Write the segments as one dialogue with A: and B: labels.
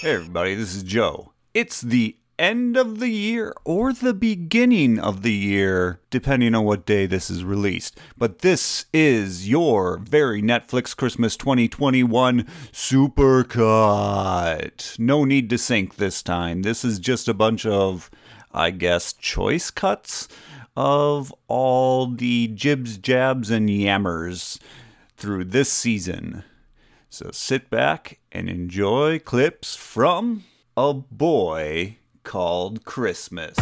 A: Hey, everybody, this is Joe. It's the end of the year or the beginning of the year, depending on what day this is released. But this is your very Netflix Christmas 2021 supercut. No need to sync this time. This is just a bunch of, I guess, choice cuts of all the jibs, jabs, and yammers through this season. So sit back and enjoy clips from A Boy Called Christmas.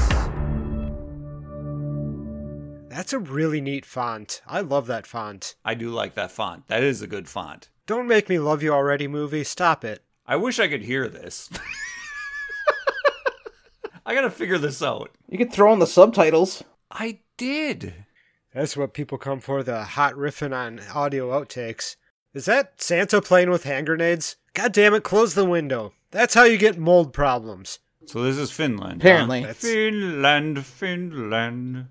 B: That's a really neat font. I love that font.
A: I do like that font. That is a good font.
B: Don't make me love you already, movie. Stop it.
A: I wish I could hear this. I gotta figure this out.
C: You could throw in the subtitles.
A: I did.
B: That's what people come for the hot riffing on audio outtakes. Is that Santa playing with hand grenades? God damn it, close the window. That's how you get mold problems.
A: So this is Finland. huh?
C: Apparently.
B: That's-
A: Finland, Finland.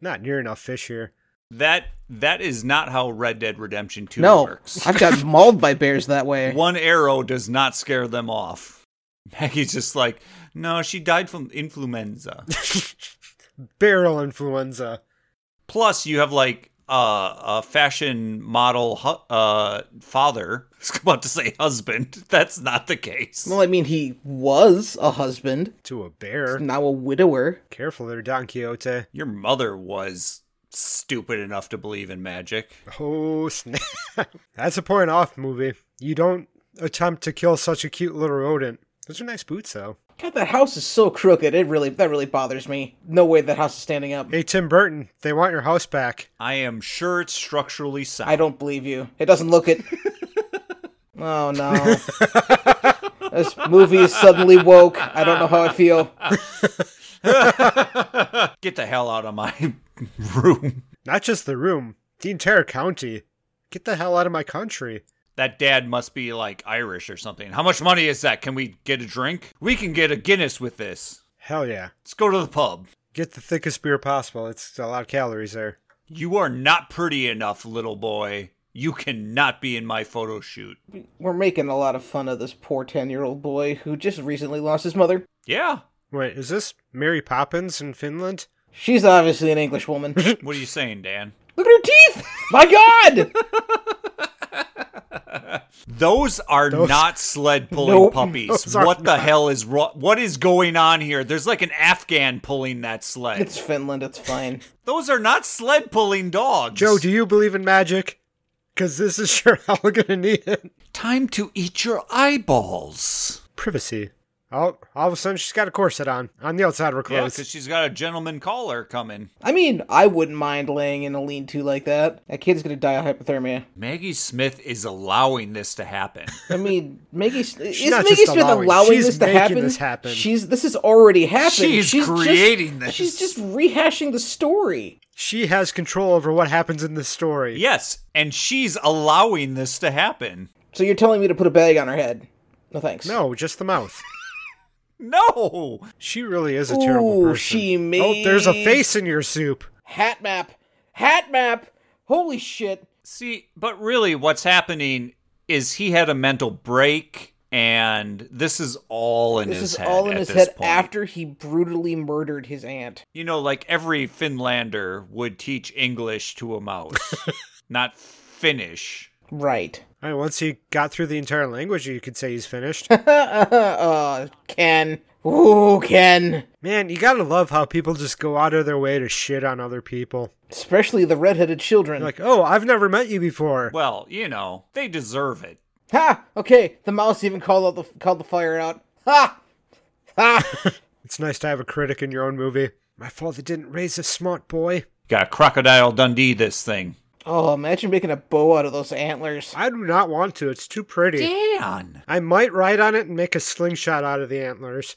B: Not near enough fish here.
A: That that is not how Red Dead Redemption 2
C: No,
A: works.
C: I've got mauled by bears that way.
A: one arrow does not scare them off. Maggie's just like, no, she died from influenza.
B: Barrel influenza.
A: Plus, you have like uh, a fashion model hu- uh, father. I was about to say husband. That's not the case.
C: Well, I mean, he was a husband,
B: To a bear.
C: now a widower.
B: Careful there, Don Quixote.
A: Your mother was stupid enough to believe in magic.
B: Oh, snap. That's a point off movie. You don't attempt to kill such a cute little rodent. Those are nice boots, though.
C: God, that house is so crooked. It really, that really bothers me. No way that house is standing up.
B: Hey, Tim Burton, they want your house back.
A: I am sure it's structurally sound.
C: I don't believe you. It doesn't look it. oh no. this movie is suddenly woke. I don't know how I feel.
A: Get the hell out of my room.
B: Not just the room, the entire county. Get the hell out of my country.
A: That dad must be like Irish or something. How much money is that? Can we get a drink? We can get a Guinness with this.
B: Hell yeah.
A: Let's go to the pub.
B: Get the thickest beer possible. It's a lot of calories there.
A: You are not pretty enough, little boy. You cannot be in my photo shoot.
C: We're making a lot of fun of this poor ten-year-old boy who just recently lost his mother.
A: Yeah.
B: Wait, is this Mary Poppins in Finland?
C: She's obviously an English woman. Look
A: What are you saying, Dan?
C: at her teeth. My God.
A: Those are not sled pulling
C: Nope.
A: puppies.
B: Those are
A: What the hell is wrong? What is going on here? There's like an Afghan pulling that sled.
C: It's Finland. It's fine.
A: Those are not sled pulling dogs.
B: Joe, do you believe in magic? Because this is sure hell gonna need it.
A: time to eat your eyeballs.
B: Privacy. Oh, all of a sudden she's got a corset on. On the outside, we're
A: Yeah,
B: closed.
A: because she's got a gentleman caller coming.
C: I mean, I wouldn't mind laying in a lean-to like that. That kid's gonna die of hypothermia.
A: Maggie Smith is allowing this to happen.
C: I mean, Maggie is
B: not
C: Maggie
B: just
C: Smith
B: allowing,
C: allowing,
B: she's
C: this to
B: making
C: happen?
B: this happen.
C: She's this has already happened.
A: She's
C: just-
A: creating this.
C: She's just rehashing the story.
B: she has control over what happens in this story.
A: yes, and she's allowing this to happen.
C: So you're telling me to put a bag on her head? No thanks.
B: No, just the mouth.
A: No!
B: She really is a terrible
C: Ooh,
B: person.
C: she
B: Oh, there's a
C: made-
B: face in your soup.
C: Hat map. Hat map. Holy shit.
A: See, but really what's happening is he had a mental break and this is all in
C: This
A: his
C: is
A: head.
C: all in
A: at
C: his
A: this
C: head
A: point.
C: after he brutally murdered his aunt.
A: You know, like every Finlander would teach English to a mouse, not Finnish.
C: Right.
B: I mean, once he got through the entire language, you could say he's finished.
C: uh, Ken. Ooh, Ken.
B: Man, you gotta love how people just go out of their way to shit on other people.
C: Especially the redheaded children.
B: Like, oh, I've never met you before.
A: Well, you know, they deserve it.
C: ha. Okay. The mouse even called out the called the fire out. Ha. Ha.
B: It's nice to have a critic in your own movie. My father didn't raise a smart boy.
A: Got Crocodile Dundee this thing.
C: Oh, imagine making a bow out of those antlers.
B: I do not want to. It's too pretty.
A: Dan!
B: I might ride on it and make a slingshot out of the antlers.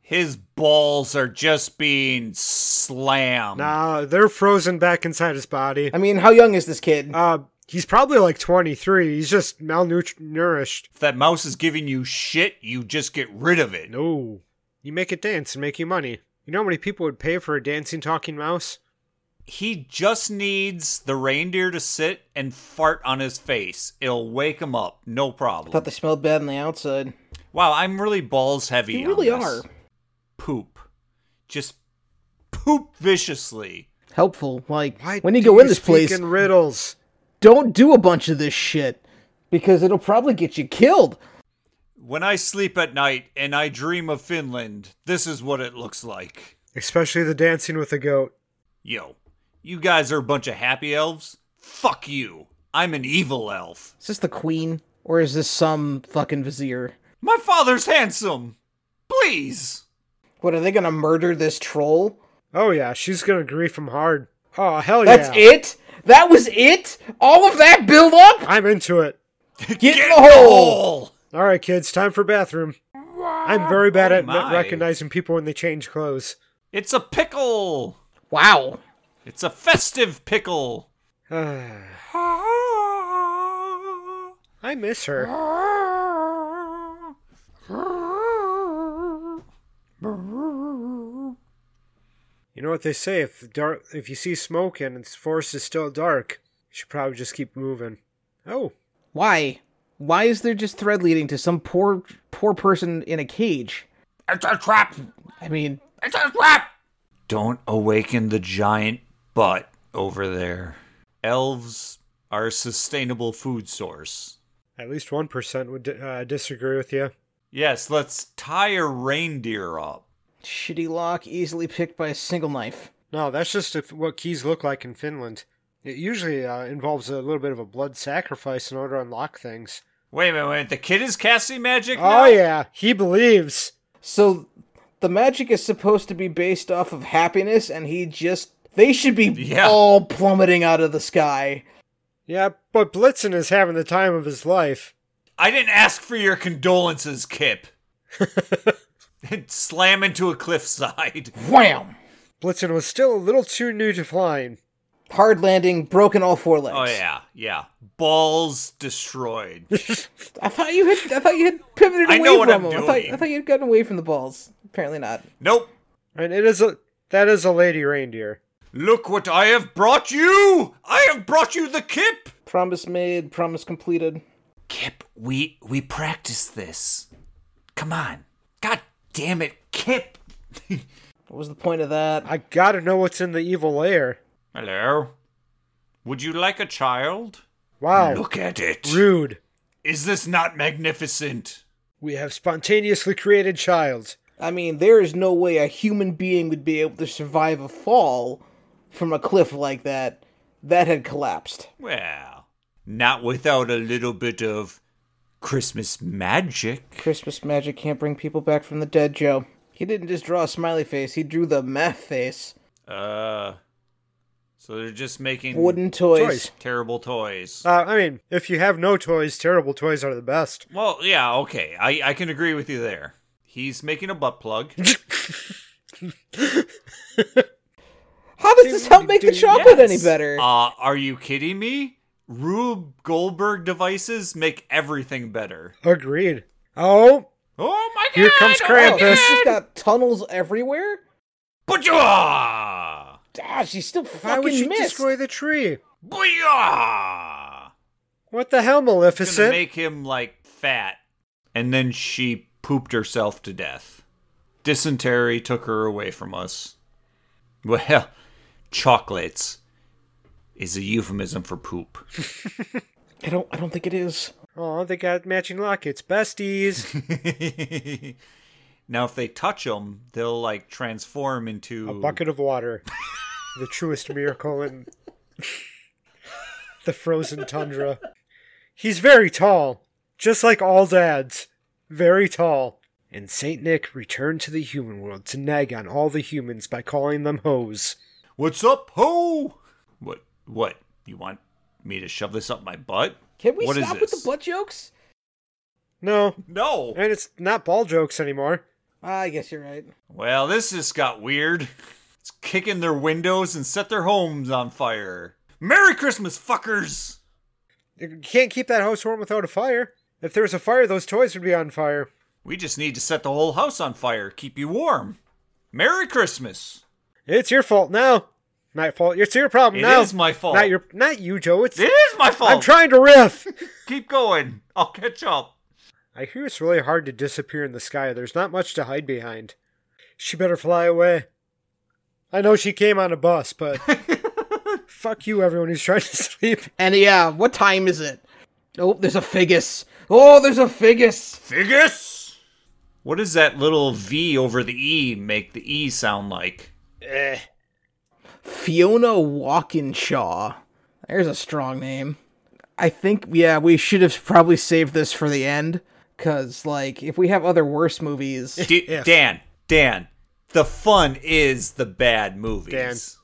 A: His balls are just being slammed.
B: Nah, they're frozen back inside his body.
C: I mean, how young is this kid?
B: Uh, he's probably like 23. He's just malnourished.
A: If that mouse is giving you shit, you just get rid of it.
B: No. You make it dance and make you money. You know how many people would pay for a dancing talking mouse?
A: He just needs the reindeer to sit and fart on his face. It'll wake him up, no problem.
C: Thought they smelled bad on the outside.
A: Wow, I'm really balls heavy.
C: You
A: on
C: really
A: this.
C: are.
A: Poop. Just poop viciously.
C: Helpful. Like
B: Why
C: when you
B: do
C: go in this
B: speak
C: place,
B: in riddles.
C: don't do a bunch of this shit because it'll probably get you killed.
A: When I sleep at night and I dream of Finland, this is what it looks like.
B: Especially the dancing with the goat.
A: Yo, you guys are a bunch of happy elves? Fuck you. I'm an evil elf.
C: Is this the queen or is this some fucking vizier?
A: My father's handsome. Please.
C: What are they gonna murder this troll?
B: Oh yeah, she's gonna grief him hard. Oh hell
C: That's
B: yeah.
C: it. That was it. All of that build up.
B: I'm into it.
C: Get, in the hole.
B: All right, kids, time for bathroom. I'm very bad at not
A: my.
B: recognizing people when they change clothes.
A: It's a pickle.
C: Wow.
A: It's a festive pickle.
B: I miss her. You know what they say: if the dark, if you see smoke and the forest is still dark, you should probably just keep moving. Oh,
C: Why? Why is there just thread leading to some poor poor person in a cage?
A: It's a trap.
C: I mean,
A: It's a trap. Don't awaken the giant butt over there. Elves are a sustainable food source.
B: at least one percent would uh, disagree with you.
A: Yes, let's tie a reindeer up.
C: shitty lock easily picked by a single knife.
B: No, that's just if- what keys look like in Finland. It usually uh, involves a little bit of a blood sacrifice in order to unlock things.
A: Wait a minute, wait, the kid is casting magic now?
B: Oh yeah, he believes.
C: So the magic is supposed to be based off of happiness and he just they should be
A: Yeah.
C: all plummeting out of the sky.
B: Yeah, but Blitzen is having the time of his life.
A: I didn't ask for your condolences, Kip. and slam into a cliffside.
C: Wham!
B: Blitzen was still a little too new to flying.
C: Hard landing, broken all four legs.
A: Oh yeah, yeah. Balls destroyed.
C: I thought you had I thought you had pivoted
A: I
C: away
A: know what
C: from
A: I'm
C: him. I thought,
A: doing.
C: I thought you had gotten away from the balls. Apparently not.
A: nope.
B: And it is a that is a lady reindeer.
A: Look what I have brought you! I have brought you the Kip!
C: Promise made, promise completed.
A: Kip, we we practiced this. Come on. God damn it, Kip!
C: What was the point of that?
B: I gotta know what's in the evil lair.
A: Hello. Would you like a child?
B: Wow,
A: Oh. Look at it. Is
B: rude.
A: this not magnificent?
B: We have spontaneously created child.
C: I mean, there is no way a human being would be able to survive a fall from a cliff like that. That had collapsed.
A: Well, not without a little bit of Christmas magic.
C: Christmas magic can't bring people back from the dead, Joe. He didn't just draw a smiley face, he drew the math face.
A: Uh, so they're just making
C: Wooden toys.
B: Toys.
A: terrible toys.
B: Uh, I mean, if you have no toys, terrible toys are the best.
A: well, yeah, okay, I I can agree with you there. He's making a butt plug.
C: How does this help make the chocolate any better?
A: Uh, are you kidding me? Rube Goldberg devices make everything better.
B: Agreed. Oh,
A: Oh my god!
B: Here comes
C: Oh,
B: Krampus.
C: she's just got tunnels everywhere?
A: Booyah!
C: Ah, she still
B: why would
C: fucking
B: you
C: missed.
B: destroy the tree?
A: Booyah!
B: What the hell,
A: gonna
B: Maleficent?
A: make him like fat. And then she pooped herself to death. Dysentery took her away from us. Well, chocolates is a euphemism for poop.
C: I don't I don't think it is.
B: oh, they got matching lockets, besties.
A: now, if they touch them, they'll like transform into
B: A bucket of water, the truest miracle in the frozen tundra. He's very tall, just like all dads. Very tall. And Saint Nick returned to the human world to nag on all the humans by calling them hoes.
A: What's up, ho? What? What? You want me to shove this up my butt?
C: Can we
A: What is
C: stop with the
A: this?
C: butt jokes?
B: No,
A: No.
B: and it's not ball jokes anymore.
C: Ah, I guess you're right.
A: Well, this just got weird. It's kicking their windows and set their homes on fire. Merry Christmas, fuckers!
B: You can't keep that house warm without a fire. If there was a fire, those toys would be on fire.
A: We just need to set the whole house on fire, keep you warm. Merry Christmas!
B: It's your fault now. Not fault. It's your problem
A: It
B: now.
A: is my fault.
B: Not your. Not you, Joe. It's.
A: It is my fault!
B: I'm trying to riff.
A: keep going. I'll catch up.
B: I hear it's really hard to disappear in the sky. There's not much to hide behind. She better fly away. I know she came on a bus, but fuck you, everyone who's trying to sleep.
C: And yeah, what time is it? Oh, there's a Figus. Oh, there's a Figus.
D: Figus! What does that little V over the E make the E sound like?
B: Eh.
C: Fiona Walkinshaw. There's a strong name. I think, yeah, we should have probably saved this for the end. Because, like, if we have other worse movies.
D: D- Dan, Dan, the fun is the bad movies.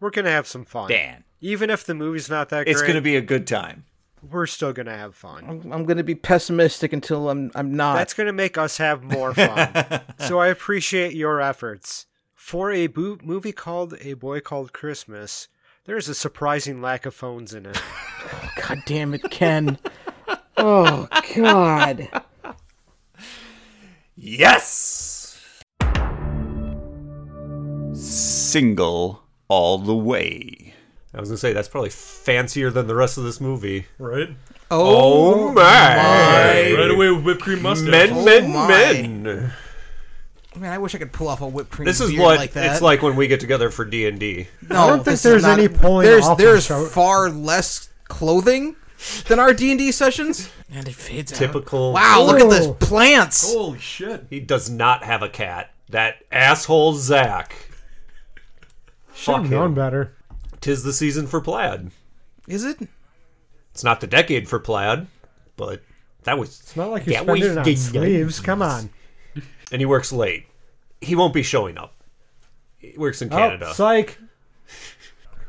B: We're gonna have some fun.
D: Dan,
B: Even if the movie's not that
D: it's
B: great,
D: going to be a good time.
B: we're still gonna have
A: Oh
B: fun.
C: I'm, I'm going to be pessimistic until I'm, I'm not.
B: That's gonna make us have more fun. so I appreciate your efforts. For a bo- movie called A Boy Called Christmas, there is a surprising lack of phones in it.
C: God damn it, Ken. oh, God.
D: Yes! Single all the way.
A: I was gonna say that's probably fancier than the rest of this movie.
E: Right?
D: Oh my!
E: Right away with whipped cream mustache.
A: Men, men,
C: Oh my.
A: men.
C: Man, I wish I could pull off a whipped cream
A: This is
C: beer
A: what
C: like that.
A: it's like when we get together for D and D.
C: No,
B: I don't think
C: this is
B: there's
C: not-
B: any pulling
C: There's
B: off
C: there's
B: of show-
C: far less clothing than our D and D sessions.
E: And it fades
A: Typical.
C: Wow, look at this plants.
E: Holy shit.
A: He does not have a cat. That asshole Zach. Fuck him.
B: better.
A: Tis the season for plaid.
C: Is it?
A: It's not the decade for plaid, but that was. It's
B: Not like you're spending it on sleeves. Come on.
A: And he works late. He won't be showing up. He works in Canada.
B: Oh, psych.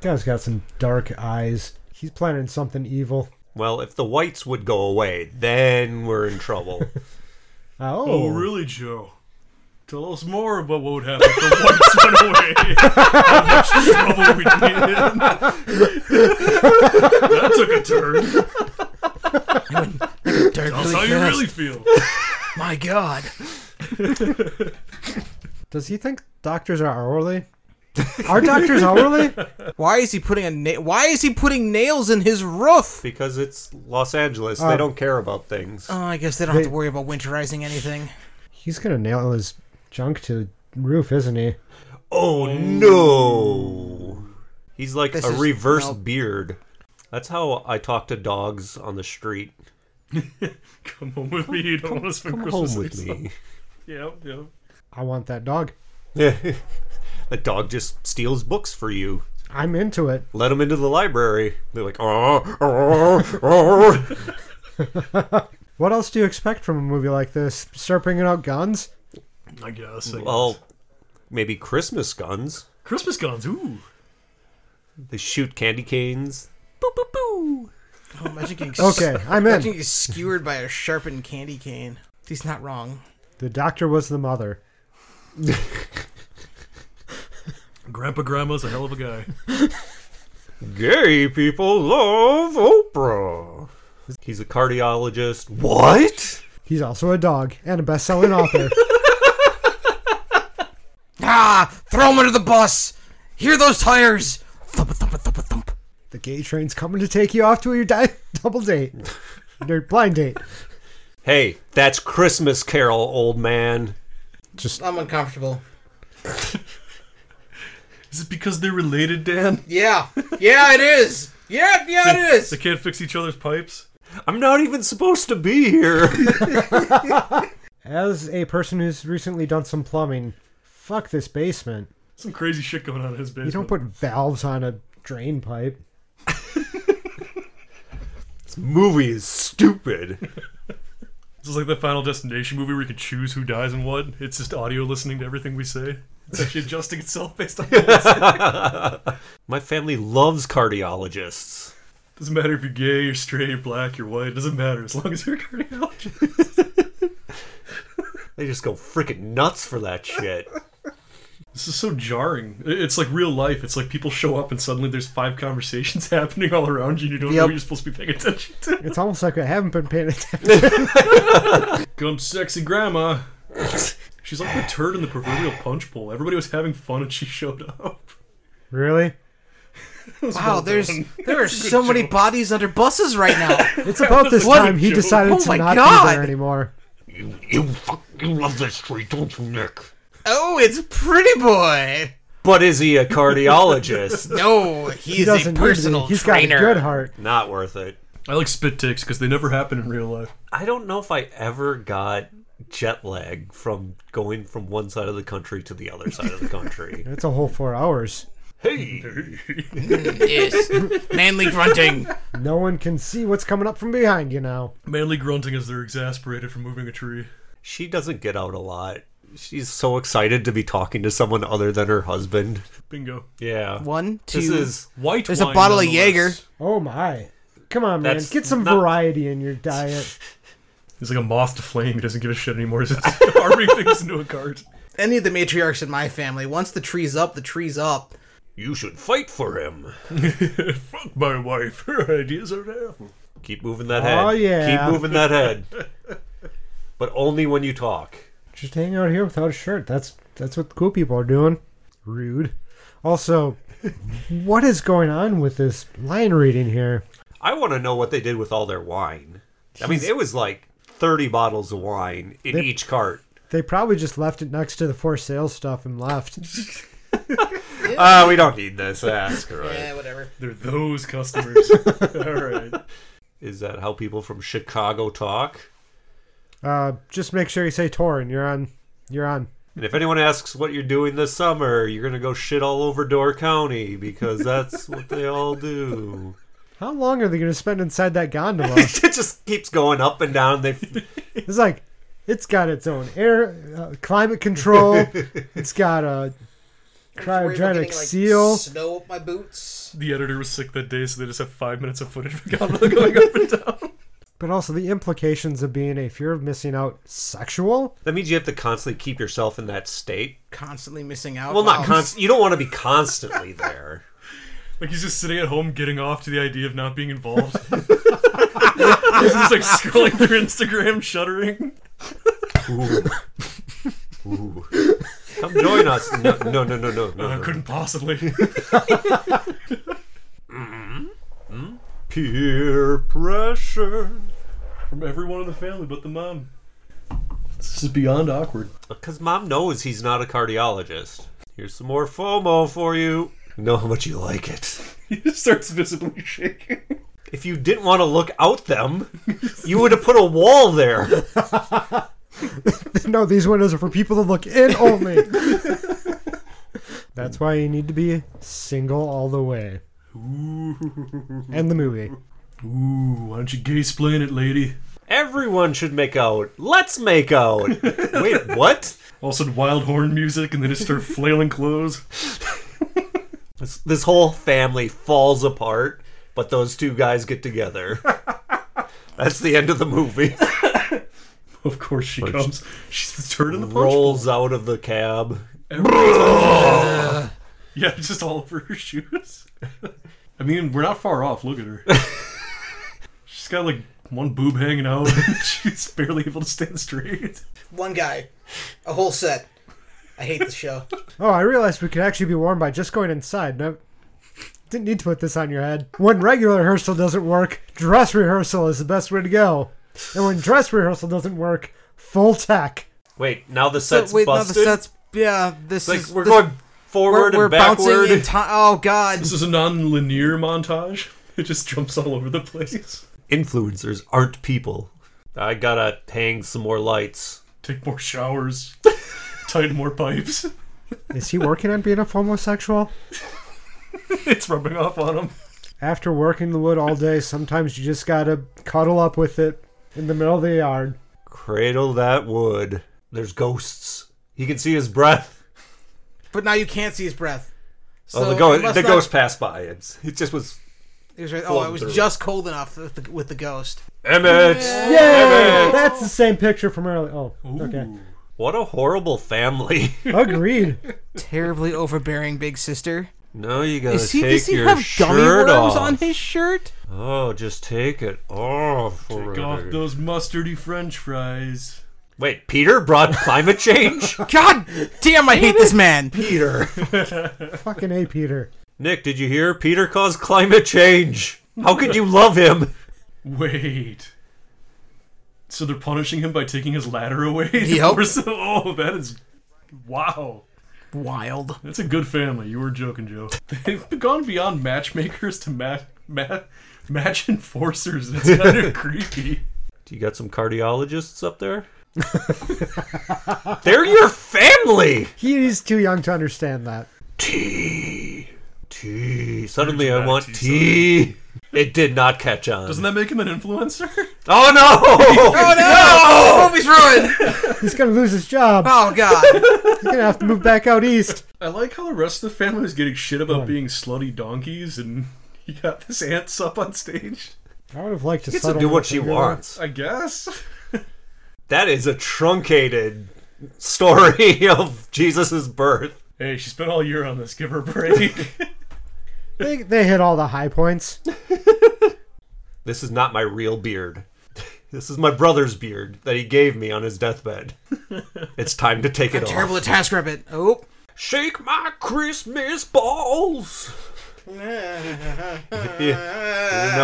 B: Guy's got some dark eyes. He's planning something evil.
A: well, if the whites would go away, then we're in trouble.
B: Oh,
E: Oh, really, Joe? Tell us more about what would happen if the whites went away. How much trouble we'd be in. that took a turn. That's how you really feel.
C: My God.
B: Does he think doctors are hourly? Are doctors hourly?
C: Why is he putting a na- Why is he putting nails in his roof?
A: because it's Los Angeles.
B: Uh,
A: they don't care about things.
C: Oh, I guess they don't have to worry about winterizing anything.
B: He's gonna nail his junk to the roof, isn't he?
A: oh no! He's like
C: This
A: a
C: is-
A: reverse
C: well-
A: beard. That's how I talk to dogs on the street.
E: Come home with me. You don't want to spend
A: Come
E: Christmas
A: home with me.
E: Yeah, yeah.
B: I want that dog.
A: the dog just steals books for you.
B: I'm into it.
A: Let them into the library. They're like, oh, oh, oh.
B: What else do you expect from a movie like this? Start bringing out guns?
E: I guess. I guess.
A: well, maybe Christmas guns.
E: Christmas guns. Ooh.
A: They shoot candy canes. Boop, boop, boo.
C: Oh, imagine getting s-
B: Okay, I'm
C: Imagine
B: in.
C: getting skewered by a sharpened candy cane. He's not wrong.
B: The doctor was the mother.
E: Grandpa Grandma's a hell of a guy.
A: Gay people love Oprah. He's a cardiologist. What?
B: He's also a dog and a best-selling author.
C: Ah! Throw him under the bus. Hear those tires? Thump thump thump thump.
B: the gay train's coming to take you off to your di- double date, your blind date.
A: Hey, that's Christmas Carol, old man.
C: I'm uncomfortable.
E: Is it because they're related, Dan?
C: Yeah. Yeah, it is. Yeah, yeah, it is.
E: They can't fix each other's pipes?
A: I'm not even supposed to be here.
B: As a person who's recently done some plumbing, fuck this basement.
E: Some crazy shit going on in his basement.
B: You don't put valves on a drain pipe.
A: this movie is stupid.
E: This is like the Final Destination movie where you can choose who dies and what. It's just audio listening to everything we say. It's actually adjusting itself based on what we say.
A: My family loves cardiologists.
E: Doesn't matter if you're gay, you're straight, you're black, you're white. It doesn't matter as long as you're a cardiologist.
A: They just go freaking nuts for that shit.
E: This is so jarring. I- It's like real life. It's like people show up and suddenly there's five conversations happening all around you and you don't know
C: Yep.
E: who you're supposed to be paying attention to.
B: It's almost like I haven't been paying attention.
E: Come sexy grandma. She's like the turd in the proverbial punch bowl. Everybody was having fun and she showed up.
B: Really?
C: Wow, there's there are so many bodies under buses right now.
B: It's about this
C: What a
B: time he
C: joke.
B: decided
C: Oh
B: to
C: my
B: not be
C: God.
B: there anymore.
F: You, you, fuck, you love this street, don't you, Nick?
C: oh, it's Pretty Boy.
F: But is he a cardiologist?
C: No, he's a
B: Doesn't
C: personal
B: personal He's
C: trainer.
B: got a good heart.
F: Not worth it.
E: I like spit ticks because they never happen in real life.
F: I don't know if I ever got jet lag from going from one side of the country to the other side of the country.
B: It's a whole four hours.
F: hey,
C: Yes, manly grunting.
B: No one can see what's coming up from behind you now.
E: Manly grunting as they're exasperated from moving a tree.
F: she doesn't get out a lot. She's so excited to be talking to someone other than her husband.
E: Bingo.
F: Yeah.
C: One, two.
F: This is
E: White.
C: There's a
E: wine,
C: bottle of
E: nonetheless.
C: Jaeger.
B: Oh my. Come on, man.
F: That's
B: Get some
F: not-
B: variety in your diet.
E: He's like a moth to flame. He doesn't give a shit anymore. He's just arming things into a cart.
C: Any of the matriarchs in my family, once the tree's up, the tree's up.
F: You should fight for him.
E: Fuck my wife. Her ideas are awful.
F: Keep moving that head.
B: Oh, yeah.
F: Keep moving that head. but only when you talk.
B: Just hang out here without a shirt. That's that's what cool people are doing. Rude. Also, what is going on with this line reading here?
F: I want to know what they did with all their wine. I mean, it was like 30 bottles of wine in each cart.
B: They probably just left it next to the for sale stuff and left.
F: Ah, we don't need this. Ah, screw it.
C: Eh, whatever.
E: They're those customers. All right.
F: Is that how people from Chicago talk?
B: Uh, just make sure you say Torin. You're on. You're on.
F: And if anyone asks what you're doing this summer, you're going to go shit all over Door County because that's what they all do.
B: How long are they going to spend inside that gondola?
F: it just keeps going up and down. They
B: It's like it's got its own air uh, climate control. it's got a cryogenic seal.
C: Snow up my boots.
E: The editor was sick that day, so they just have five minutes of footage of Goblin going up and down.
B: But also the implications of being a fear of missing out sexual.
F: That means you have to constantly keep yourself in that state.
C: Constantly missing out.
F: Well, not
C: Wow.
F: const. You don't want to be constantly there.
E: Like he's just sitting at home getting off to the idea of not being involved. he's just like scrolling through Instagram, shuddering.
F: Ooh. Ooh. Come join us. No, no, no, no, no. no,
E: I
F: no.
E: Uh, couldn't possibly.
F: Peer pressure.
E: From everyone in the family but the mom. This is beyond awkward.
F: Because mom knows he's not a cardiologist. Here's some more FOMO for you. Know how much you like it.
E: He just starts visibly shaking.
F: If you didn't want to look out them, you would have put a wall there.
B: no, these windows are for people to look in only. That's why you need to be single all the way. And the movie.
E: Ooh, why don't you gay explain it, lady?
F: Everyone should make out. Let's make out. Wait, what?
E: All of a sudden, wild horn music, and they just start flailing clothes.
F: This, this whole family falls apart, but those two guys get together. That's the end of the movie.
E: Of course she comes. She's the turd in the punch. bowl.
F: Rolls out of the cab.
E: Yeah, just all over her shoes. I mean, we're not far off. Look at her. She's got like one boob hanging out. She's barely able to stand straight.
C: One guy. A whole set. I hate this show.
B: Oh, I realized we could actually be warm by just going inside. No, didn't need to put this on your head. When regular rehearsal doesn't work, dress rehearsal is the best way to go. And when dress rehearsal doesn't work, full tech.
F: Wait, now the set's
C: wait, no,
F: busted.
C: the set's yeah. This
F: like
C: is
F: we're
C: this-
F: going forward
C: we're
F: and backward.
C: bouncing in time. Oh God!
E: This is a non-linear montage. It just jumps all over the place.
F: Influencers aren't people. I gotta hang some more lights.
E: Take more showers. Tighten more pipes.
B: Is he working on being a homosexual?
E: It's rubbing off on him.
B: After working the wood all day, sometimes you just gotta cuddle up with it in the middle of the yard.
F: Cradle that wood. There's ghosts. He can see his breath.
C: But now you can't see his breath. So
F: oh, the, go-
C: it must
F: the
C: not-
F: ghost passed by. It's, it just was.
C: It was right- oh, it
F: Floating
C: was
F: through.
C: just cold enough with the, with the ghost.
F: Emmett!
B: Yay! That's the same picture from earlier. Oh, okay.
F: What a horrible family.
B: Agreed.
C: Terribly overbearing big sister.
F: no, you gotta
C: Is he?
F: take
C: Does he
F: your
C: have
F: shirt
C: gummy worms
F: off.
C: on his shirt?
F: Oh, just take it off.
E: Take
F: already.
E: off those mustardy French fries.
F: Wait, Peter brought climate change?
C: God damn! I hate this man.
F: Peter.
B: Fucking A, Peter.
F: Nick, did you hear? Peter caused climate change. How could you love him?
E: Wait. So they're punishing him by taking his ladder away?
C: Yep.
E: Or so- oh, that is. Wow.
C: Wild.
E: That's a good family. You were joking, Joe. They've gone beyond matchmakers to ma- ma- match enforcers. It's kind of creepy.
F: Do you got some cardiologists up there? They're your family.
B: He's too young to understand that.
F: Tea. Tea. Suddenly I
E: dramatic
F: want
E: tea,
F: tea. It did not catch on.
E: Doesn't that make him an influencer?
F: oh no!
C: Oh no! The movie's ruined.
B: He's gonna lose his job.
C: Oh god.
B: He's gonna have to move back out east.
E: I like how the rest of the family is getting shit about being slutty donkeys, and he got this aunt's up on stage.
B: I would have liked to
F: She gets to
B: settle
F: do
B: with
F: what
B: a
F: she
B: girl.
F: wants.
E: I guess.
F: That is a truncated story of Jesus' birth.
E: Hey, she spent all year on this. Give her a break.
B: They, they hit all the high points.
F: This is not my real beard. This is my brother's beard that he gave me on his deathbed. it's time to take it
C: Terrible
F: off.
C: at task rabbit. Oh.
F: Shake my Christmas balls. you know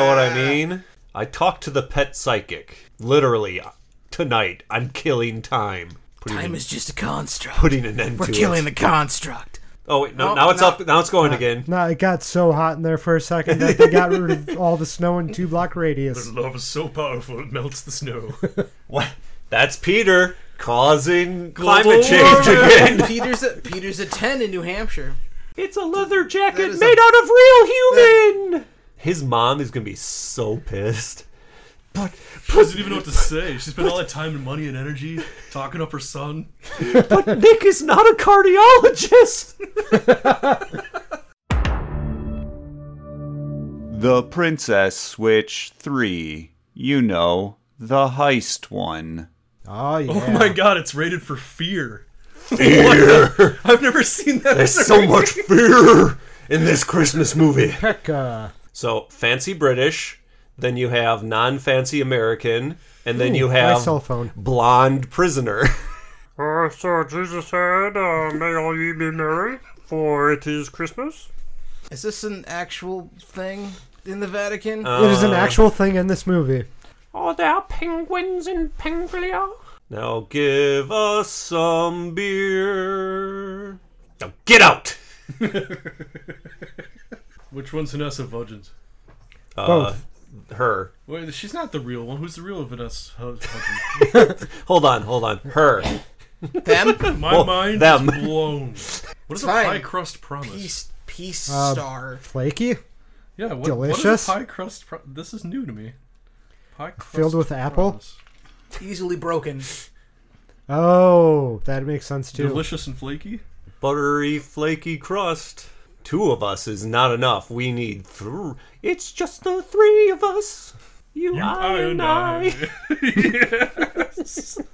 F: what I mean? I talked to the pet psychic. Literally, tonight, I'm killing time. Putting,
C: Time
F: an,
C: is just a construct.
F: putting an end
C: We're
F: to
C: killing
F: it.
C: the construct.
F: Oh wait, no,
C: Oh,
F: now it's
C: no.
F: up. Now it's going again.
B: No, it got so hot in there for a second that they got rid of all the snow in two block radius.
E: Love is so powerful it melts the snow.
F: What? That's Peter causing
C: Global
F: climate change again.
C: Peter's a, Peter's a 10 in New Hampshire.
F: It's a leather jacket
C: is a-
F: made out of real human. His mom is gonna be so pissed. But but,
E: Doesn't even know what to say. She spent all that time and money and energy talking up her son.
F: but Nick is not a cardiologist.
A: The Princess Switch 3. You know, the heist one.
B: Oh yeah.
E: Oh my god, it's rated for fear.
F: Fear.
E: I've never seen that.
F: There's so much fear in this Christmas movie.
B: Pekka.
F: So fancy British, then you have non-fancy American, and then you
B: My
F: have
B: cell phone.
F: blonde prisoner.
G: Uh, so Jesus said, uh, may all ye be merry, for it is Christmas.
C: Is this an actual thing in the Vatican?
H: Uh.
B: it
F: Uh,
B: is an actual thing in this movie.
G: Are there penguins in Penglia?
F: Now give us some beer. Now get out.
E: Which one's Vanessa Hudgens?
F: Uh, her.
E: Wait, she's not the real one. Who's the real Vanessa Hud- Hudgens?
F: Hold on, hold on. Her.
C: Them?
E: My
F: Well,
E: mind
F: them.
E: is blown. What is a
C: Fine.
E: pie crust promise?
C: Peace, peace
B: Uh,
C: star.
B: Flaky,
E: Yeah, what, What
B: Delicious.
E: is a pie crust? Pro- this is new to me. Pie crust
B: Filled with apple?
E: promise.
C: Easily broken.
B: Oh, that makes sense too.
E: delicious and flaky.
F: Buttery, flaky crust. Two of us is not enough. We need three. It's just the three of us. You, I, and I.
E: Yes.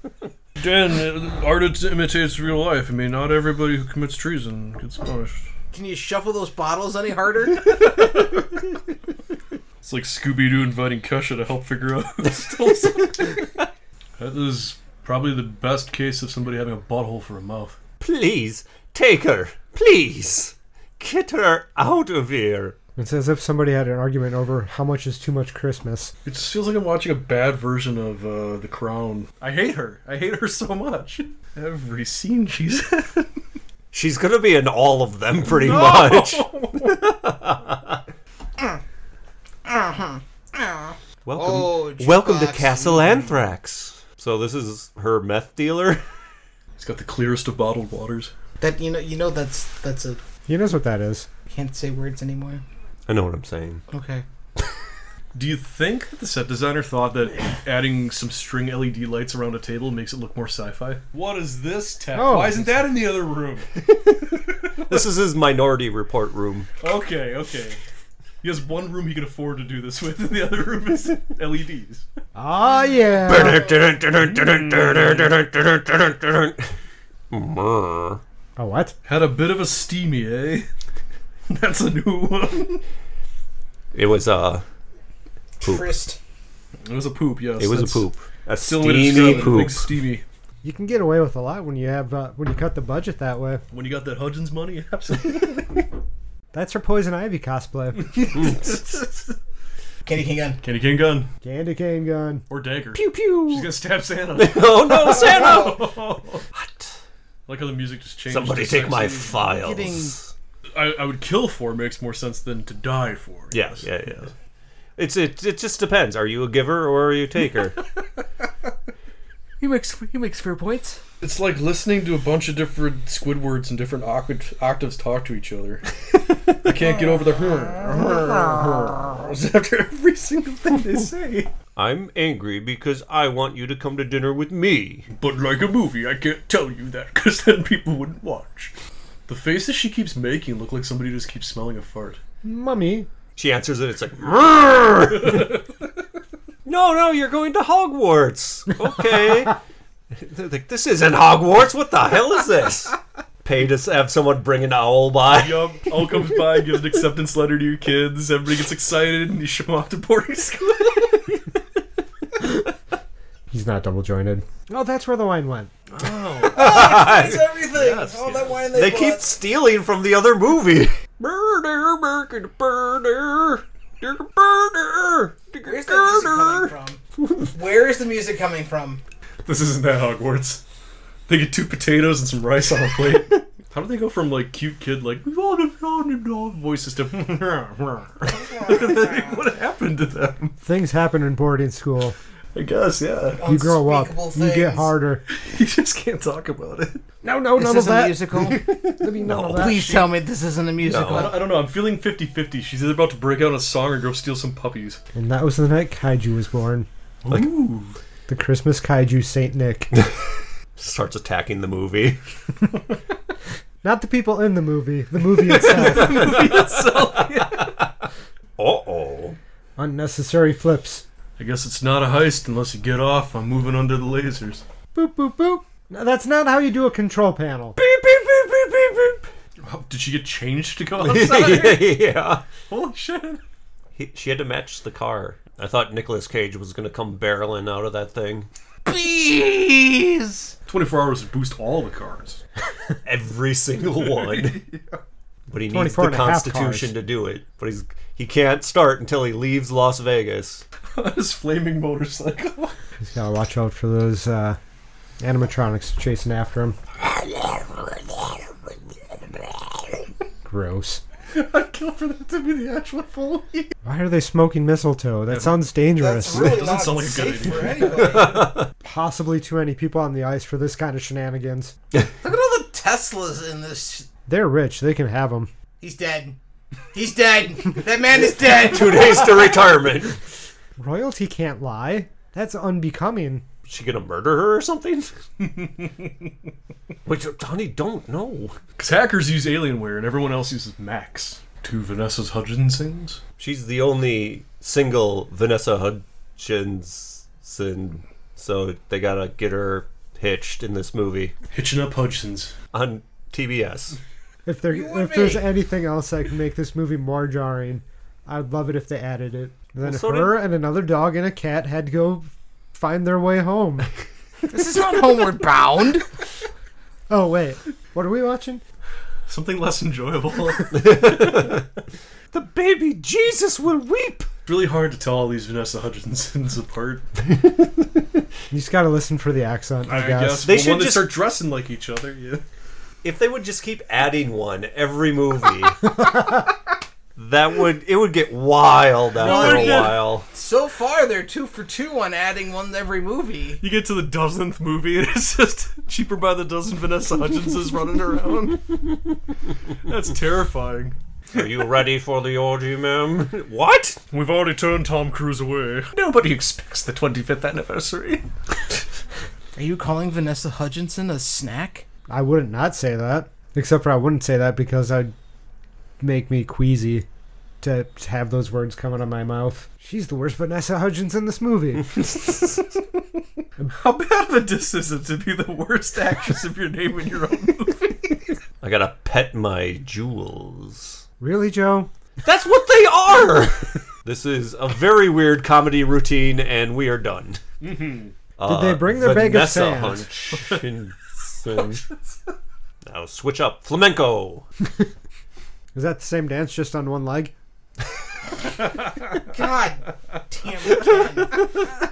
E: Dan, uh, art it- imitates real life. I mean, not everybody who commits treason gets punished.
C: Can you shuffle those bottles any harder?
E: It's like Scooby Doo inviting Kesha to help figure out who stole something. That is probably the best case of somebody having a butthole for a mouth.
F: Please, take her. Please. Get her out of here.
B: It's as if somebody had an argument over how much is too much Christmas.
E: It just feels like I'm watching a bad version of uh, The Crown. I hate her. I hate her so much. Every scene she's in.
F: She's gonna be in all of them pretty much. Welcome.
C: Oh,
F: Welcome to
C: jukebox.
F: Castle Anthrax. So this is her meth dealer.
E: It's got the clearest of bottled waters.
C: That you know, you know that's that's a
B: He knows what that is.
C: can't say words anymore.
F: I know what I'm saying.
C: Okay.
E: Do you think that the set designer thought that adding some string LED lights around a table makes it look more sci-fi? What is this tech?
B: Oh.
E: Why isn't that in the other room?
F: This is his Minority Report room.
E: okay, okay. He has one room he can afford to do this with, and the other room is E LEDs.
B: Ah, yeah.
F: Murr.
B: Oh, what?
E: Had a bit of a steamy, eh? That's a new one.
F: It was uh, Poop.
C: Trist.
E: It was a poop, yes.
F: it was a
E: that's-
F: poop. A
E: Still way to
F: steamy
E: describe it,
F: poop.
E: Big steamy.
B: You can get away with a lot when you have uh, when you cut the budget that way.
E: When you got that Hudgens money, absolutely.
B: That's her Poison Ivy cosplay.
C: Candy King Gun.
E: Candy cane gun
B: Candy cane gun.
E: or dagger.
C: Pew
E: She's
C: pew.
E: gonna stab Santa.
F: oh no, Santa!
E: like how the music just changed.
F: Somebody
E: to
F: take my
E: sexy.
F: files.
E: I, I would kill for makes more sense than to die for.
F: Yeah, yeah, yeah. It's it. It just depends. Are you a giver or are you a taker?
C: He makes he makes fair points.
E: It's like listening to a bunch of different Squidwards and different oct- octaves talk to each other. I can't get over the after every single thing they say.
F: I'm angry because I want you to come to dinner with me.
E: But like a movie, I can't tell you that because then people wouldn't watch. The faces she keeps making look like somebody who just keeps smelling a fart.
B: Mummy.
F: She answers it. It's like, "Mrrr." no, no, you're going to Hogwarts. Okay. They're like, this isn't Hogwarts. What the hell is this? Pay to have someone bring an owl by.
E: Yup, all comes by, gives an acceptance letter to your kids, everybody gets excited, and you ship them off to boarding school.
B: He's not double jointed. Oh, that's where the wine went.
C: Everything. All that wine
F: They keep stealing from the other movie. Murder, murder, murder, murder, murder.
C: Where's the music coming from? Where is the music coming from?
E: This isn't that Hogwarts. They get two potatoes and some rice on a plate. How do they go from like cute kid like voices to what happened to them?
B: Things happen in boarding school.
E: I guess yeah.
B: You grow up.
C: Unspeakable
B: You get
C: things.
B: harder.
E: You just can't talk about it.
B: No, no,
C: This
B: none of
C: isn't a
B: that.
C: musical.
B: There'll be none of that.
C: Please tell me this isn't a musical.
E: I don't, I don't know. I'm feeling 50-50. She's either about to break out in a song or go steal some puppies.
B: And that was the night Kaiju was born.
E: Ooh.
B: The Christmas Kaiju Saint Nick.
F: Starts attacking the movie.
B: Not the people in the movie, the movie itself.
F: Uh oh.
B: Unnecessary flips.
E: I guess it's not a heist unless you get off. I'm moving under the lasers.
B: Boop, boop, boop. No, that's not how you do a control panel.
E: Oh, did she get changed to go outside?
F: yeah.
E: Holy shit!
F: He, she had to match the car. I thought Nicolas Cage was gonna come barreling out of that thing.
C: Please.
E: 24 hours to boost all the cars.
F: Every single one. But he needs
B: 24
F: the
B: and a half
F: Constitution
B: cars.
F: to do it. But he's he can't start until he leaves Las Vegas.
E: On his flaming motorcycle.
B: Just gotta watch out for those uh, animatronics chasing after him. Gross.
E: I'd kill for that to be the actual full.
B: Why are they smoking mistletoe? That sounds dangerous.
E: Doesn't not sound like a good safe idea.
C: Look
B: Possibly too many people on the ice for this kind of shenanigans.
C: at all the Teslas in this.
B: They're rich, they can have them.
C: He's dead. He's dead. That man is dead.
F: Two days to retirement.
B: Royalty can't lie. That's unbecoming.
F: Is she gonna murder her or something? Which Donnie don't know.
E: Because hackers use Alienware and everyone else uses Max. Two Vanessa's Hutchinsons?
F: She's the only single Vanessa Hutchinson, so they gotta get her hitched in this movie
E: Hitching up Hutchinsons.
F: on TBS.
B: If there,
C: would
B: if there's
C: be.
B: anything else that can make this movie more jarring, I'd love it if they added it. And then
F: Well, so
B: her and another dog and a cat had to go find their way home.
C: This is not Homeward Bound.
B: oh wait, what are we watching?
E: Something less enjoyable. it's
F: The baby Jesus will weep.
E: really hard to tell all these Vanessa Hutchinsons apart.
B: You just gotta listen for the accent. I, guess.
F: They
E: Well,
F: should
E: when
F: just-
E: they start dressing like each other, yeah.
F: If they would just keep adding one every movie, that would it would get wild after a
C: yeah.
F: while.
C: So far, they're two for two on adding one to every movie.
E: You get to the dozenth movie and it's just cheaper by the dozen Vanessa Hutchinsons running around. That's terrifying.
F: Are you ready for the orgy, ma'am? What?
E: We've already turned Tom Cruise away. Nobody expects the 25th anniversary.
C: Are you calling Vanessa Hutchinson a snack?
B: I wouldn't not say that, except for I wouldn't say that because I'd make me queasy to have those words coming out of my mouth. She's the worst Vanessa Hudgens in this movie.
E: How bad of a diss is it to be the worst actress of your name in your own movie?
F: I gotta pet my jewels.
B: really, Joe?
F: That's what they are. this is a very weird comedy routine, and we are done. Mm-hmm.
B: Did
E: Uh,
B: they bring their bag of
F: Vanessa
B: sand?
F: Hutchinson. now switch up flamenco.
B: Is that the same dance just on one leg?
H: God damn it. Ken.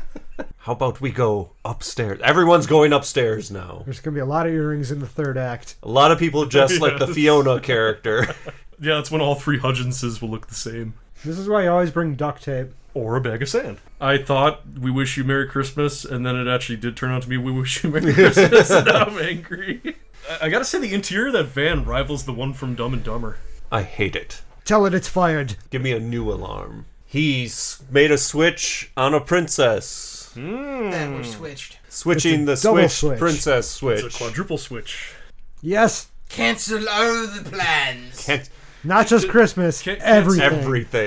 F: How about we go upstairs? Everyone's going upstairs now.
B: There's gonna be a lot of earrings in the third act.
F: A lot of people dressed like the
E: Yes.
F: Fiona character.
E: Yeah, that's when all three Hutchinses will look the same.
B: This is why you always bring duct tape.
E: Or a bag of sand. I thought we wish you Merry Christmas, and then it actually did turn out to be we wish you Merry Christmas, and now I'm angry. I, I gotta say, the interior of that van rivals the one from Dumb and Dumber.
F: I hate it.
B: Tell it it's fired.
F: Give me a new alarm. He s- made a switch on a princess.
H: then we're switched.
F: Switching the
B: It's a double
F: switch,
B: switch.
F: princess
E: It's a
F: switch.
E: quadruple switch.
B: Yes,
H: Cancel all the plans.
F: Can't-
B: not just Christmas.
E: Can't- can't-
B: everything.
E: You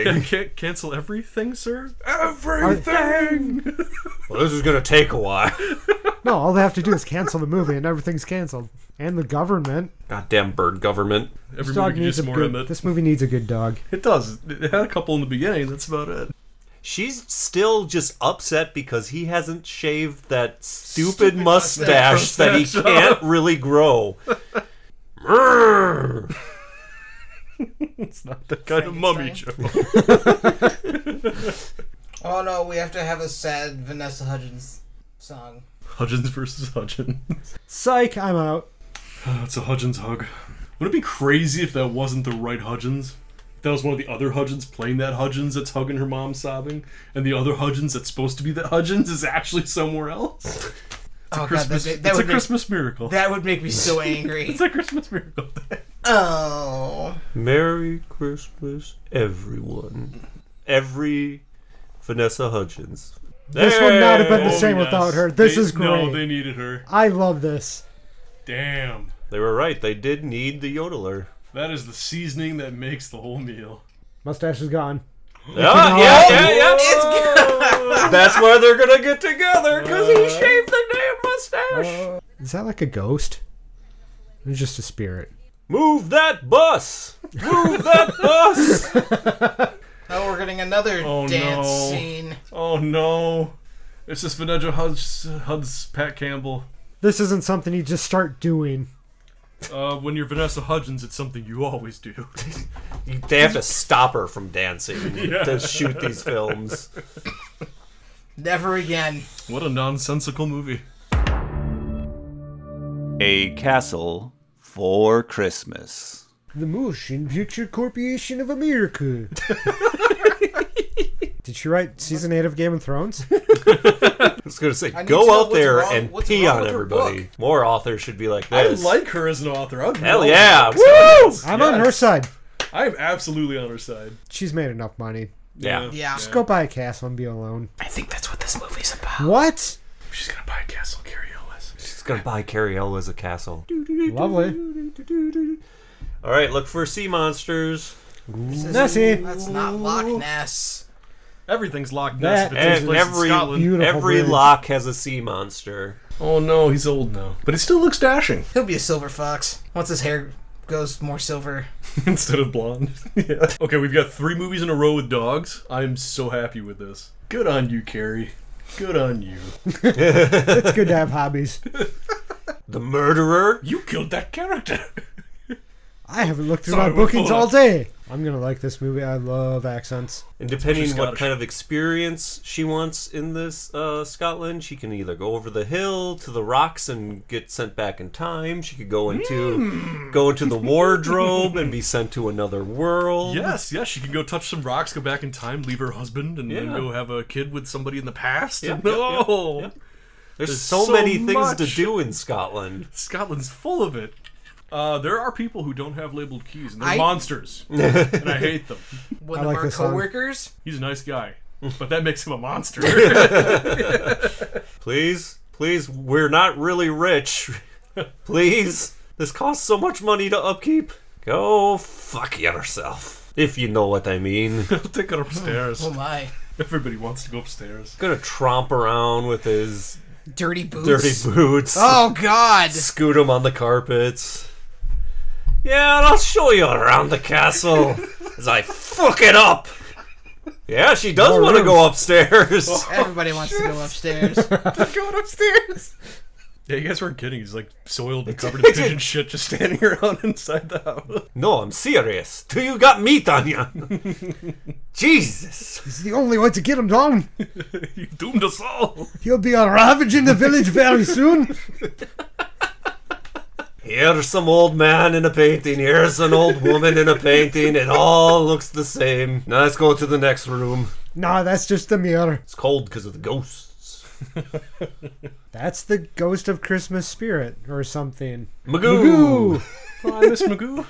F: everything.
E: can't cancel everything, sir?
F: everything! well, this is gonna take a while.
B: No, all they have to do is cancel the movie, and everything's canceled. And the government.
F: Goddamn bird government.
E: Every
B: This dog
E: movie can
B: needs
E: use
B: a
E: more
B: good-
E: Emmett.
B: This movie needs a good dog.
E: It does. It had a couple in the beginning, that's about it.
F: She's still just upset because he hasn't shaved that stupid, mustache, that he
E: mustache.
F: can't really grow. Brrr.
E: It's not that kind of mummy joke.
H: Oh no, we have to have a sad Vanessa Hudgens song.
E: Hudgens versus Hudgens.
B: Psych, I'm out.
E: That's Oh, a Hudgens hug. Would it be crazy if that wasn't the right Hudgens? If that was one of the other Hudgens playing that Hudgens that's hugging her mom sobbing, and the other Hudgens that's supposed to be the Hudgens is actually somewhere else?
H: oh
E: Christmas,
H: god, that,
E: it's
H: that
E: a
H: would make,
E: Christmas miracle.
H: that would make me so angry.
E: it's a Christmas miracle.
H: oh,
F: Merry Christmas, everyone. Every Vanessa Hudgens.
B: This would not have been the
E: Oh,
B: same without
E: yes.
B: her. This
E: They-
B: is great.
E: No, they needed her.
B: I love this.
E: Damn.
F: They were right. They did need the yodeler.
E: That is the seasoning that makes the whole meal.
B: Mustache is gone.
F: Ah, yeah, yeah, yeah. That's why they're gonna get together because he shaved the damn mustache.
B: Is that like a ghost? It's just a spirit.
F: Move that bus. Move that bus.
H: now we're getting another
E: Oh,
H: dance
E: no.
H: scene.
E: Oh no. It's just Vanessa Hudgens, Hudgens Pat Campbell.
B: This isn't something you just start doing.
E: Uh, when you're Vanessa Hudgens, it's something you always do.
F: They have to stop her from dancing to shoot these films.
H: Never again.
E: what a nonsensical movie.
A: A Castle for Christmas.
B: The Motion Picture Corporation of America. Did she write season eight of Game of Thrones?
F: I was gonna say,
H: need to know
F: go out
H: what's
F: there
H: wrong-
F: and
H: what's
F: pee
H: wrong
F: on
H: with her
F: everybody.
H: book.
F: More authors should be like
E: I
F: this.
E: like her as an author. I'd
F: Hell
E: love
F: yeah!
E: her.
F: Woo!
B: I'm on her side.
E: I am absolutely on her side.
B: She's made enough money.
F: Yeah.
H: Yeah.
B: Just go buy a castle and be alone.
H: I think that's what this movie's about.
B: What?
E: She's gonna buy a castle, Carrie Ellis.
F: She's gonna buy Carrie Elwes a castle.
B: Lovely.
F: All right, look for sea monsters.
B: Nessie.
H: That's not Loch Ness.
E: Everything's locked
B: That
E: Ness, but it takes
F: And
E: place
F: every-
E: in Scotland.
B: Beautiful
F: Every
B: bridge.
F: lock has a sea monster.
E: Oh no, he's old now, but he still looks dashing
H: He'll be a silver fox once his hair goes more silver.
E: instead of blonde. yeah. Okay, we've got three movies in a row with dogs. I'm so happy with this. Good on you, Carrie. Good on you.
B: It's good to have hobbies.
F: The murderer.
E: You killed that character.
B: I haven't looked through
E: Sorry,
B: my
E: we're
B: bookings
E: full
B: all
E: up.
B: day. I'm gonna like this movie. I love accents.
F: And depending
E: She's
F: what
E: Scottish.
F: kind of experience she wants in this uh, Scotland, she can either go over the hill to the rocks and get sent back in time. She could go into go into the wardrobe and be sent to another world.
E: Yes, yes, she can go touch some rocks, go back in time, leave her husband, and then
F: Yeah.
E: go have a kid with somebody in the past.
F: Yep,
E: and,
F: yep, yep,
E: oh,
F: There's,
E: There's
F: so,
E: so
F: many things to
E: much.
F: do in Scotland.
E: Scotland's full of it. Uh, there are people who don't have labeled keys, and they're
H: I-
E: monsters, and I hate them.
H: One
B: I
H: of
B: like
H: our
B: this song.
H: coworkers.
E: He's a nice guy, but that makes him a monster.
F: Please, please, we're not really rich. please, this costs so much money to upkeep. Go fuck yourself, if you know what I mean.
E: Take her upstairs.
H: Oh my.
E: Everybody wants to go upstairs.
F: Gonna tromp around with his
H: Dirty boots.
F: dirty boots.
H: Oh god.
F: scoot him on the carpets. Yeah, and I'll show you around the castle as I fuck it up. Yeah, she does
B: More
F: want to
B: rooms.
H: Oh,
F: go upstairs.
H: Everybody wants to go upstairs.
F: Going upstairs.
E: Yeah, you guys weren't kidding. He's like soiled and covered in pigeon shit, just standing around inside the house.
F: No, I'm serious. Do you got meat on you? Jesus.
B: It's the only way to get him down.
E: you doomed us all.
B: He'll be on ravaging the village very soon.
F: Here's some old man in a painting. Here's an old woman in a painting. It all looks the same. Now let's go to the next room.
B: nah, that's just the mirror.
F: It's cold because of the ghosts.
B: That's the ghost of Christmas spirit or something.
F: Magoo.
E: Oh, I miss Magoo.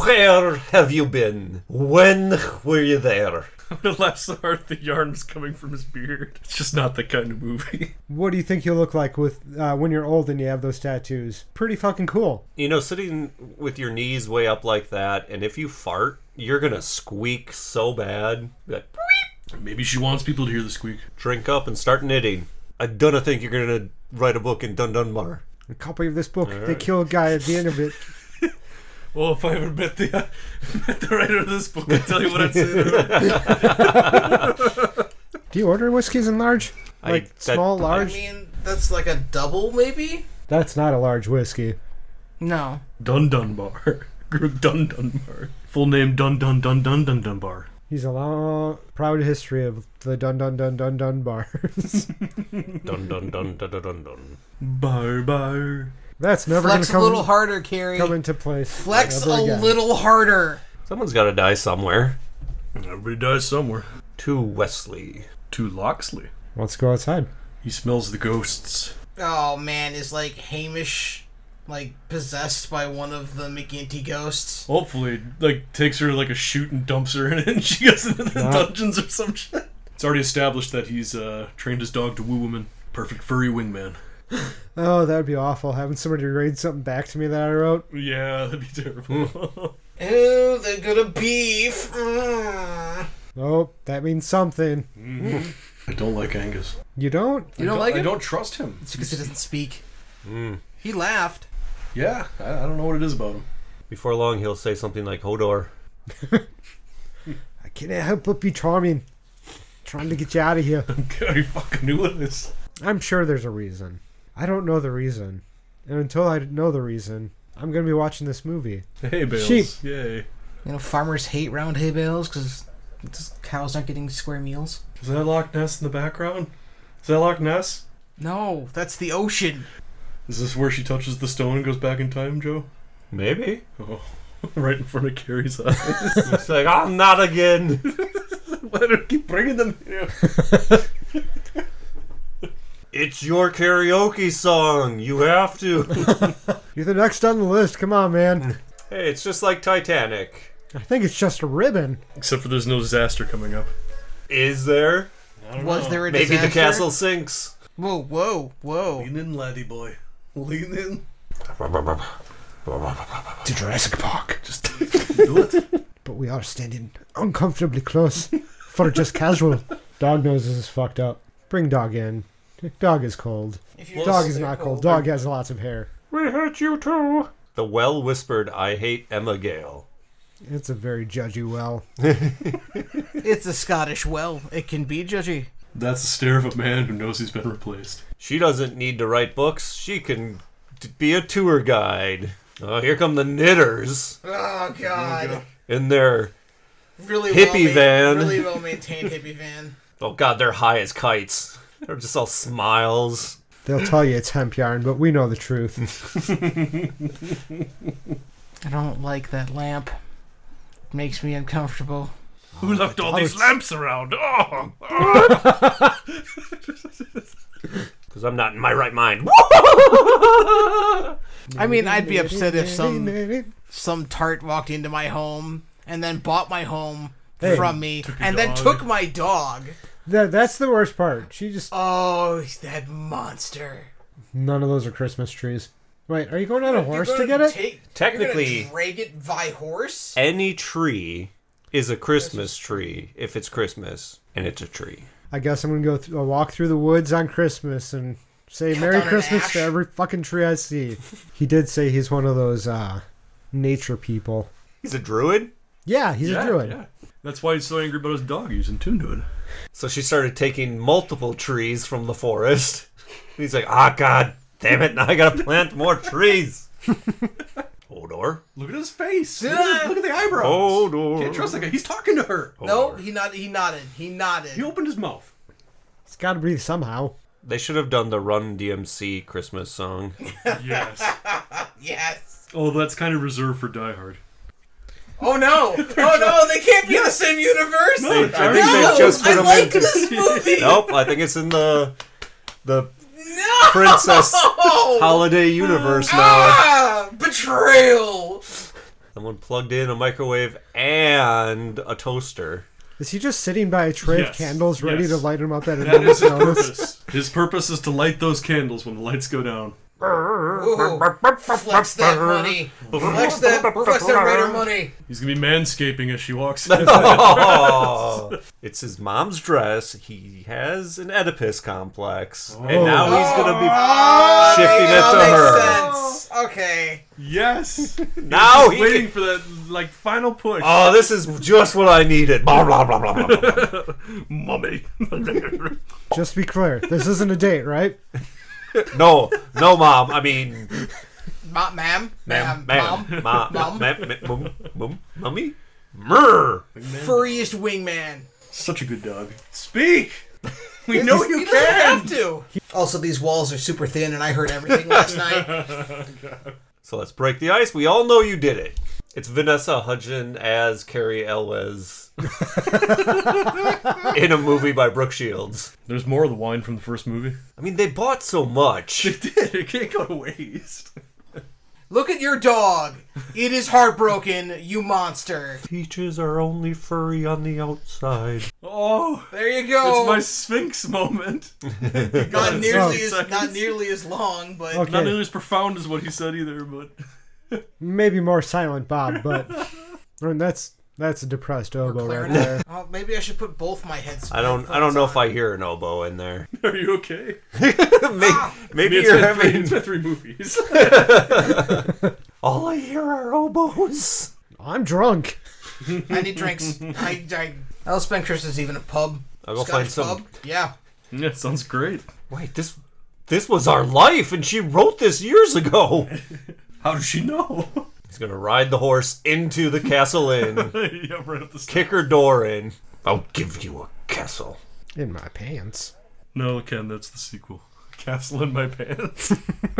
F: Where have you been? When were you there?
E: The last heart, the yarn was coming from his beard. It's just not that kind of movie.
B: What do you think you'll look like with uh, when you're old and you have those tattoos? Pretty fucking cool.
F: You know, sitting with your knees way up like that, and if you fart, you're gonna squeak so bad. Be Like,
E: Maybe she wants people to hear the squeak.
F: drink up and start knitting. I dunna think you're gonna write a book in Dun Dunmar.
B: A copy of this book. They kill a guy at the end of it.
E: Well, if I ever met the uh, met the writer of this book, I'd tell you what I'd say.
B: Do you order whiskeys in large?
F: I-
B: Like
F: that-
B: small,
F: I-
H: I
B: large?
H: mean, that's like a double, maybe?
B: That's not a large whiskey.
C: No.
E: Dun Dunbar. Group Dun Dunbar. Full name Dun Dun Dun Dun Dun Dunbar.
B: He's a long, proud history of the dun dun dun dun dun bars.
F: Dun Dun Dun Dun Dun Dun Dun.
E: Bar Bar.
B: That's never going
H: Flex
B: to
H: a little
B: come,
H: harder, Carrie.
B: come into place.
H: Flex
B: ever
H: a
B: again.
H: little harder.
F: Someone's gotta die somewhere.
E: Everybody dies somewhere.
F: To Wesley.
E: To Loxley.
B: Let's go outside.
E: He smells the ghosts.
H: Oh man, is like Hamish like possessed by one of the McGinty ghosts?
E: Hopefully, like takes her like a chute and dumps her in, it, and she goes into the dungeons or some shit. It's already established that he's uh, trained his dog to woo women. Perfect furry wingman.
B: Oh, that would be awful. Having somebody read something back to me that I wrote.
E: Yeah, that'd be terrible.
H: Ooh, they're gonna beef. Mm.
B: Oh, that means something.
E: I don't like Angus.
B: You don't?
H: You don't like
E: I
H: it?
E: don't trust him.
H: It's because he doesn't speak. He laughed.
E: Yeah, I, I don't know what it is about him.
F: Before long, he'll say something like Hodor.
B: I can't help but be charming. Trying to get you out of here.
E: God, he fucking knew it is.
B: I'm sure there's a reason. I don't know the reason. And until I know the reason, I'm going to be watching this movie.
E: Hey, Bales.
B: Sheep.
E: Yay.
H: You know, farmers hate round hay bales because cows aren't getting square meals.
E: Is that Loch Ness in the background? Is that Loch Ness?
H: No, that's the ocean.
E: Is this where she touches the stone and goes back in time, Joe?
F: Maybe.
E: Oh, right in front of Carrie's eyes.
F: It's like, oh, not again.
E: Why do I keep bringing them here?
F: It's your karaoke song. You have to.
B: You're the next on the list. Come on, man.
F: hey, it's just like Titanic.
B: I think it's just a ribbon.
E: Except for there's no disaster coming up.
F: Is there?
H: Was there a
F: Maybe
H: disaster?
F: the castle sinks.
H: Whoa, whoa, whoa!
E: Lean in, laddie boy. Lean in.
B: To Jurassic Park.
E: Just do it.
B: But we are standing uncomfortably close for just casual. Dog noses is fucked up. Bring dog in. Dog is cold.
H: If you're oh,
B: Dog is not cold. Dog has lots of hair.
G: We hate you too.
F: The well whispered, I hate Emma Gale.
B: It's a very judgy well.
H: It's a Scottish well. It can be judgy.
E: That's the stare of a man who knows he's been replaced.
F: She doesn't need to write books. She can t- be a tour guide. Oh, here come the knitters
H: Oh God!
F: in their.
H: Really
F: Hippie
H: well
F: van.
H: Really well maintained hippie van.
F: Oh, God, they're high as kites. They're just all smiles.
B: They'll tell you it's hemp yarn, but we know the truth.
H: I don't like that lamp. It makes me uncomfortable.
E: Who left all these lamps around? Oh!
F: Because I'm not in my right mind.
H: I mean, I'd be upset if some some tart walked into my home and then bought my home from me and then
E: dog.
H: took my dog.
B: That, that's the worst part. She just.
H: Oh, that monster!
B: None of those are Christmas trees. Wait, are you going on a horse
H: You're
B: to
H: gonna
B: get it?
H: take- you're
F: Technically-
H: gonna drag it by horse.
F: Any tree is a Christmas tree if it's Christmas and it's a tree.
B: I guess I'm gonna go th- a walk through the woods on Christmas and say Merry
H: down an
B: Christmas
H: ash.
B: to every fucking tree I see. he did say he's one of those uh, nature people.
F: He's a druid?
B: Yeah, he's a druid.
E: That's why he's so angry about his dog using tune to it.
F: So she started taking multiple trees from the forest. And he's like, ah, God, Damn it, now I gotta plant more trees. Odor.
E: Look at his face. Look at, look at the eyebrows.
F: Odor.
E: Can't trust that guy. He's talking to her.
H: No, he nodded. He nodded. He nodded.
E: He opened his mouth.
B: It's got to breathe somehow.
F: They should have done the Run DMC Christmas song.
E: Yes.
H: yes.
E: oh, that's kind of reserved for Die Hard.
H: Oh no! Oh no! They can't be in the same universe.
F: I think
H: no!
F: they just put
H: I
F: them
H: like
F: into.
H: this movie.
F: Nope, I think it's in the the
H: No.
F: Princess
H: Oh,
F: Holiday Universe now.
H: Ah, betrayal.
F: Someone plugged in a microwave and a toaster.
B: Is he just sitting by a tray of
E: Yes,
B: candles ready
E: yes.
B: to light him up at a
E: That
B: moment's
E: is his
B: notice?
E: purpose. His purpose is to light those candles when the lights go down.
H: Ooh, flex that money. Flex that. Flex that Raider money.
E: He's gonna be manscaping as she walks.
F: Oh, it's his mom's dress. He has an Oedipus complex,
H: Oh.
F: and now he's gonna be shifting it to her.
H: Ah, Sense. Okay.
E: yes.
F: Now he.
E: Waiting
F: can-
E: for that like final push.
F: Oh, this is just what I needed. Blah blah blah blah blah. blah, blah.
E: Mummy.
B: Just be clear, this isn't a date, right?
F: No, no, mom. I mean,
H: Ma- ma'am.
F: ma'am,
H: Mom.
F: ma'am, ma-
H: Mom.
F: ma'am, ma'am, mum, mum, mummy, murr.
H: Furriest wingman.
E: Such a good dog. Speak. We
H: No,
E: know you.
H: you can. have to. Also, these walls are super thin, and I heard everything last night.
F: So let's break the ice. We all know you did it. It's Vanessa Hudgens as Carrie Elwes in a movie by Brooke Shields.
E: There's more of the wine from the first movie.
F: I mean, they bought so much.
E: did. It can't go to waste.
H: Look at your dog. It is heartbroken, you monster.
F: Peaches are only furry on the outside.
E: Oh,
H: There you
E: it's
H: go.
E: my Sphinx moment.
H: not nearly
E: Oh.
H: as not nearly as long, but
B: Okay,
E: Not nearly as profound as what he said either, but
B: maybe more silent Bob, but I mean, that's that's a depressed oboe right
H: clarinet.
B: there.
H: oh, maybe I should put both my heads.
F: I don't. I don't know if I hear an oboe in there.
E: are you okay?
F: maybe maybe
E: It's
F: you're
E: been, three,
F: having.
E: it's been three movies.
F: All I hear are oboes.
B: I'm drunk.
H: I need drinks. I, I I'll spend Christmas Eve in a pub.
F: I'll go
H: Scottish
F: find some.
H: pub. Yeah.
E: yeah, sounds great.
F: Wait, this this was our life, and she wrote this years ago.
E: How does she know?
F: He's gonna ride the horse into the castle inn,
E: yeah, right up the stairs.
F: kick her door in. I'll give you a castle.
B: In my pants.
E: No, Ken, that's the sequel. Castle in my pants.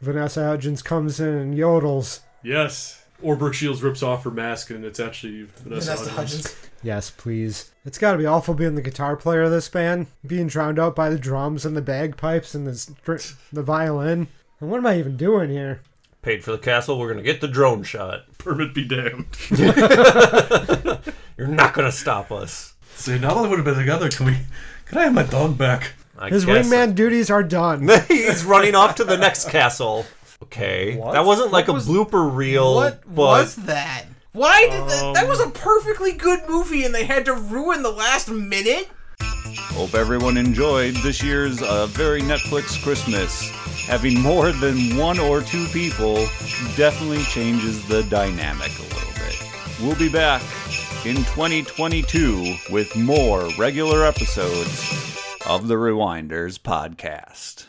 B: Vanessa Hudgens comes in and yodels.
E: yes. Or Brooke Shields rips off her mask and it's actually Vanessa,
H: Vanessa
E: Hudgens.
H: Hudgens.
B: Yes, please. It's gotta be awful being the guitar player of this band, being drowned out by the drums and the bagpipes and the str- the violin. And what am I even doing here?
F: Paid for the castle. We're gonna get the drone shot.
E: Permit be damned.
F: You're not gonna stop us.
E: Say, not only would have been together, can we? Can I have my dog back?
F: I
B: His
F: guess
B: wingman duties are done.
F: He's running off to the next castle. Okay, that wasn't like a blooper reel.
H: What
F: but
H: was that? Why did that? That was a perfectly good movie, and they had to ruin the last minute.
A: Hope everyone enjoyed this year's uh, very Netflix Christmas. Having more than one or two people definitely changes the dynamic a little bit. We'll be back in 2022 with more regular episodes of the Rewinders podcast.